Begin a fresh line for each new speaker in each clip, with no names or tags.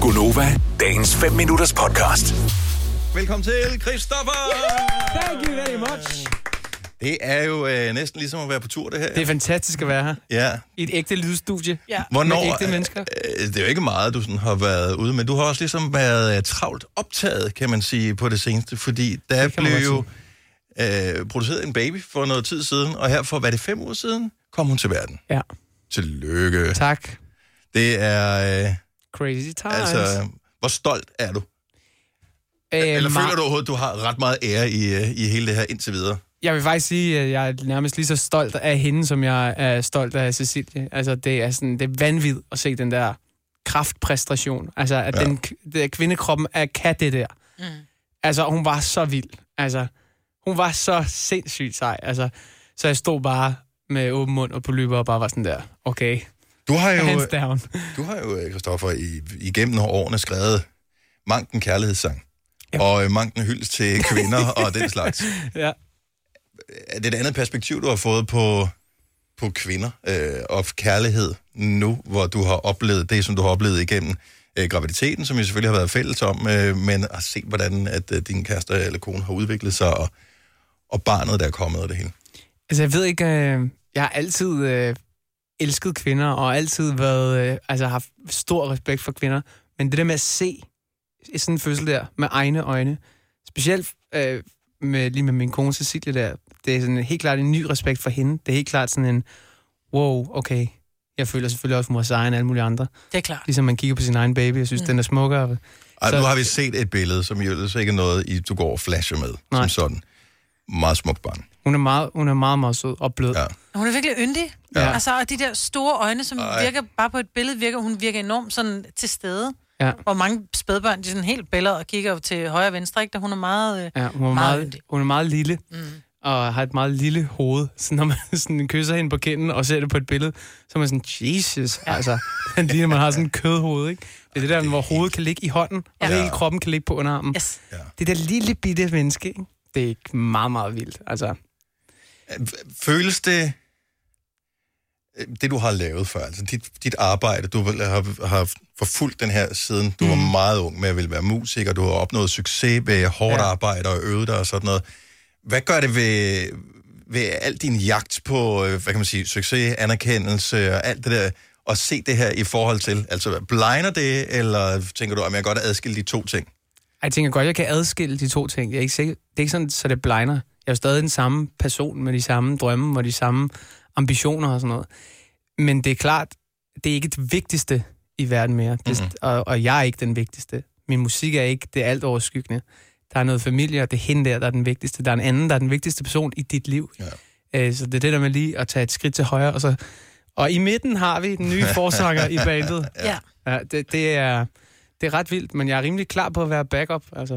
Gunova, dagens 5 minutters podcast.
Velkommen til, Christoffer!
Thank you very much.
Det er jo øh, næsten ligesom at være på tur, det her.
Det er fantastisk at være her.
Ja.
I et ægte lydstudie.
Ja.
Hvornår,
Med ægte mennesker.
Øh, det er jo ikke meget, du sådan har været ude med. Du har også ligesom været øh, travlt optaget, kan man sige, på det seneste, fordi der
Det kan man
blev jo øh, produceret en baby for noget tid siden, og her for, hvad er det, fem uger siden, kom hun til verden.
Ja.
Tillykke.
Tak.
Det er, øh,
Crazy times.
altså, hvor stolt er du?
Æh,
Eller føler du overhovedet, du har ret meget ære i, øh, i hele det her indtil videre?
Jeg vil faktisk sige, at jeg er nærmest lige så stolt af hende, som jeg er stolt af Cecilie. Altså, det er sådan, det er vanvittigt at se den der kraftpræstation. Altså, at ja. den, k- det, kvindekroppen er, kan det der. Mm. Altså, hun var så vild. Altså, hun var så sindssygt sej. Altså, så jeg stod bare med åben mund og på løber og bare var sådan der, okay,
Du har jo...
hands down.
Du har jo, øh, Christoffer, i, igennem årene skrevet manken kærlighedssang. Ja. Og øh, manken hyldest til kvinder og den slags.
ja.
Er det et andet perspektiv, du har fået på, på kvinder øh, og kærlighed nu, hvor du har oplevet det, som du har oplevet igennem øh, graviditeten, som jo selvfølgelig har været fælles om, øh, men at se, hvordan at, øh, din kæreste eller kone har udviklet sig, og, og barnet, der er kommet og det hele.
Altså, jeg ved ikke, øh, jeg har altid øh, elsket kvinder, og altid været, øh, altså, haft stor respekt for kvinder. Men det der med at se sådan en fødsel der, med egne øjne, specielt øh, med, lige med min kone Cecilie der, det er sådan helt klart en ny respekt for hende. Det er helt klart sådan en, wow, okay, jeg føler selvfølgelig også mor sejre end alle mulige andre.
Det er klart.
Ligesom man kigger på sin egen baby, jeg synes, mm. den er smukkere.
Ej,
Så-
nu har vi set et billede, som jo ellers ikke er noget, I, du går og flasher med, Nej. som
Nej.
sådan. Meget smukt barn.
Hun er meget, hun er meget, meget sød og blød.
Ja.
Ja.
Hun er virkelig yndig.
Ja.
Ja. Altså, og de der store øjne, som
Ej.
Ej. virker bare på et billede, virker, hun virker enormt sådan til stede.
ja.
Hvor mange spædbørn, de er sådan helt billeder og kigger til højre og venstre, ikke? Da hun er meget... Øh,
Ja, hun er meget,
Meget
meget,
yndig.
hun er meget lille, mm. og har et meget lille hoved. Så når man sådan kysser hende på kinden og ser det på et billede, så er man sådan, Jesus, ja. altså, den ligner, man har sådan en kødhoved, ikke? Det er det der, hvor hovedet kan ligge i hånden, og
Ja.
hele kroppen kan ligge på underarmen.
yes.
Det der lille bitte menneske, ikke? Det er ikke meget, meget vildt, altså.
Føles det, øh, det du har lavet før, altså dit, dit arbejde, du vel har, har forfulgt den her siden, du mm. var meget ung med at ville være musiker, du har opnået succes ved hårdt ja.
Ja.
arbejde og øvet dig og sådan noget. Hvad gør det ved, ved al din jagt på, øh, hvad kan man sige, succes, anerkendelse og alt det der, og se det her i forhold til, altså blegner det, eller tænker du, om jeg godt at adskille de to ting?
Ej, Jeg tænker godt, jeg kan adskille de to ting. Jeg er ikke sikker, det er ikke sådan, så det blegner. Jeg er jo stadig den samme person med de samme drømme og de samme ambitioner og sådan noget. Men det er klart, det er ikke det vigtigste i verden mere. Det, mm-hmm. og, og jeg er ikke den vigtigste. Min musik er ikke det alt overskyggende. Der er noget familie, og det er hende der, der er den vigtigste. Der er en anden, der er den vigtigste person i dit liv. Ja. Øh, så det er det der med lige at tage et skridt til højre. Og, så, og i midten har vi den nye forsanger i bandet.
ja.
Ja, det, det, er, det er ret vildt, men jeg er rimelig klar på at være backup. Altså.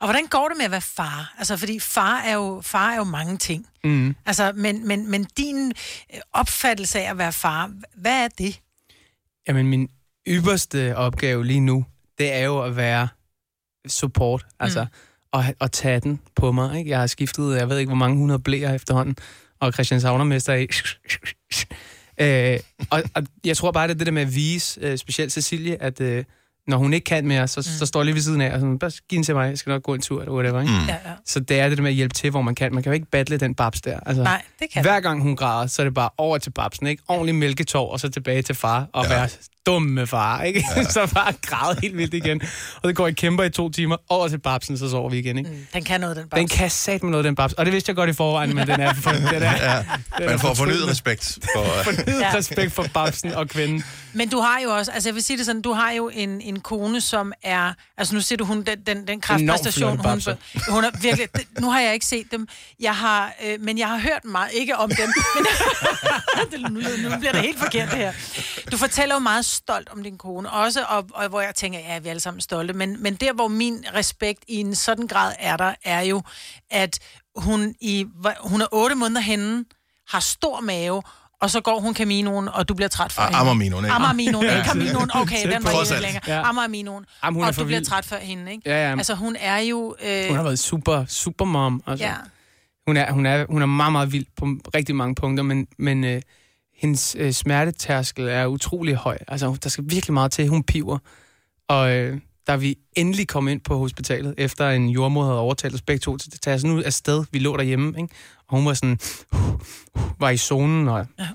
Og hvordan går det med at være far? Altså, fordi far er jo, far er jo mange ting. Mm. Altså, men, men, men din øh, opfattelse af at være far, hvad er det?
Jamen, min ypperste opgave lige nu, det er jo at være support, altså, og, og tage den på mig, ikke? Jeg har skiftet, jeg ved ikke, hvor mange hundrede blæer efterhånden, og Christian Savnermester er i... øh, og, og jeg tror bare, det er det der med at vise, øh, specielt Cecilie, at øh, når hun ikke kan mere, så, mm. så står jeg lige ved siden af, og sådan, bare giv den til mig, jeg skal nok gå en tur, eller whatever, ikke? Mm.
Ja, ja.
Så det er det der med at hjælpe til, hvor man kan. Man kan jo ikke battle den babs der. Altså,
Nej, det kan
Hver gang hun græder, så er det bare over til babsen, ikke? Ordentlig mælketov, og så tilbage til far, og ja. være dumme far, ikke? Ja. så bare græde helt vildt igen. Og det går i kæmper i to timer, over til babsen, så sover vi igen, ikke?
Mm, Den kan noget, den bare.
Den kan sat med noget, den babs. Og det vidste jeg godt i forvejen, men den er... For, den er ja.
Man får fornyet respekt for... øh,
Ja.
respekt for babsen og kvinden.
Men du har jo også, altså jeg vil sige det sådan, du har jo en, en kone, som er, altså nu ser du hun, den, den, den kraftpræstation,
Enormt
hun,
flotte
hun er virkelig, det, nu har jeg ikke set dem, jeg har, øh, men jeg har hørt meget, ikke om dem, men det, nu, lyder- nu bliver det helt forkert det her. Du fortæller jo meget stolt om din kone, også, og, og hvor jeg tænker, ja, vi er alle sammen stolte, men, men der, hvor min respekt i en sådan grad er der, er jo, at hun, i, hvor- hun er otte måneder henne, har stor mave, og så går hun Caminoen, og du bliver træt for
Ah,
hende.
Amarminoen, ikke?
Amarminoen, ikke Caminoen. Okay, den
Trods
var ikke
alt.
længere.
Ja.
Ja. Amarminoen.
Jamen, hun er
Og
for
du bliver
vild.
træt før hende, ikke?
Ja, ja.
Altså, hun er jo... Øh,
Hun har været super, super mom. Altså.
ja.
Hun er, hun, er, hun er meget, meget vild på rigtig mange punkter, men, men øh, hendes øh, smertetærskel er utrolig høj. Altså, hun- der skal virkelig meget til. Hun piver. Og øh, da vi endelig kom ind på hospitalet, efter en jordmor havde overtalt os begge to til at tage os nu afsted, vi lå derhjemme, ikke? og hun var sådan, uh, uh, var i zonen, og
Ja.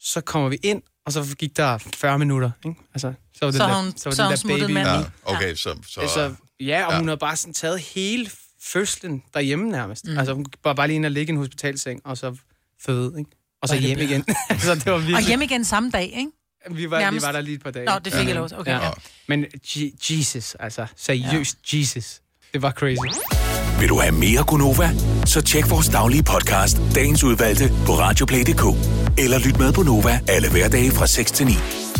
så kommer vi ind, og så gik der 40 minutter, ikke? Altså, så var det
Så
der,
har hun-
så var
så har hun
det der
smuttet
baby.
manden.
Ja,
Ja.
okay, så... så,
Altså, ja, og
Ja.
ja. hun havde bare sådan taget hele fødslen derhjemme nærmest. Mm. Altså, hun var bare lige ind og ligge i en hospitalseng, og så føde, ikke? Og så
Hvor er det
hjem igen. så det var
Og
virkelig...
hjem igen samme dag, ikke?
Vi var, vi
nærmest-
var der lige et par dage.
Nå, det fik jeg lov til. Okay, ja.
Men Je- Jesus, altså. Seriøst, ja. Jesus. Det var crazy.
Vil du have mere Gunova? Så tjek vores daglige podcast, dagens udvalgte, på radioplay.dk. Eller lyt med på Nova alle hverdage fra 6 til 9.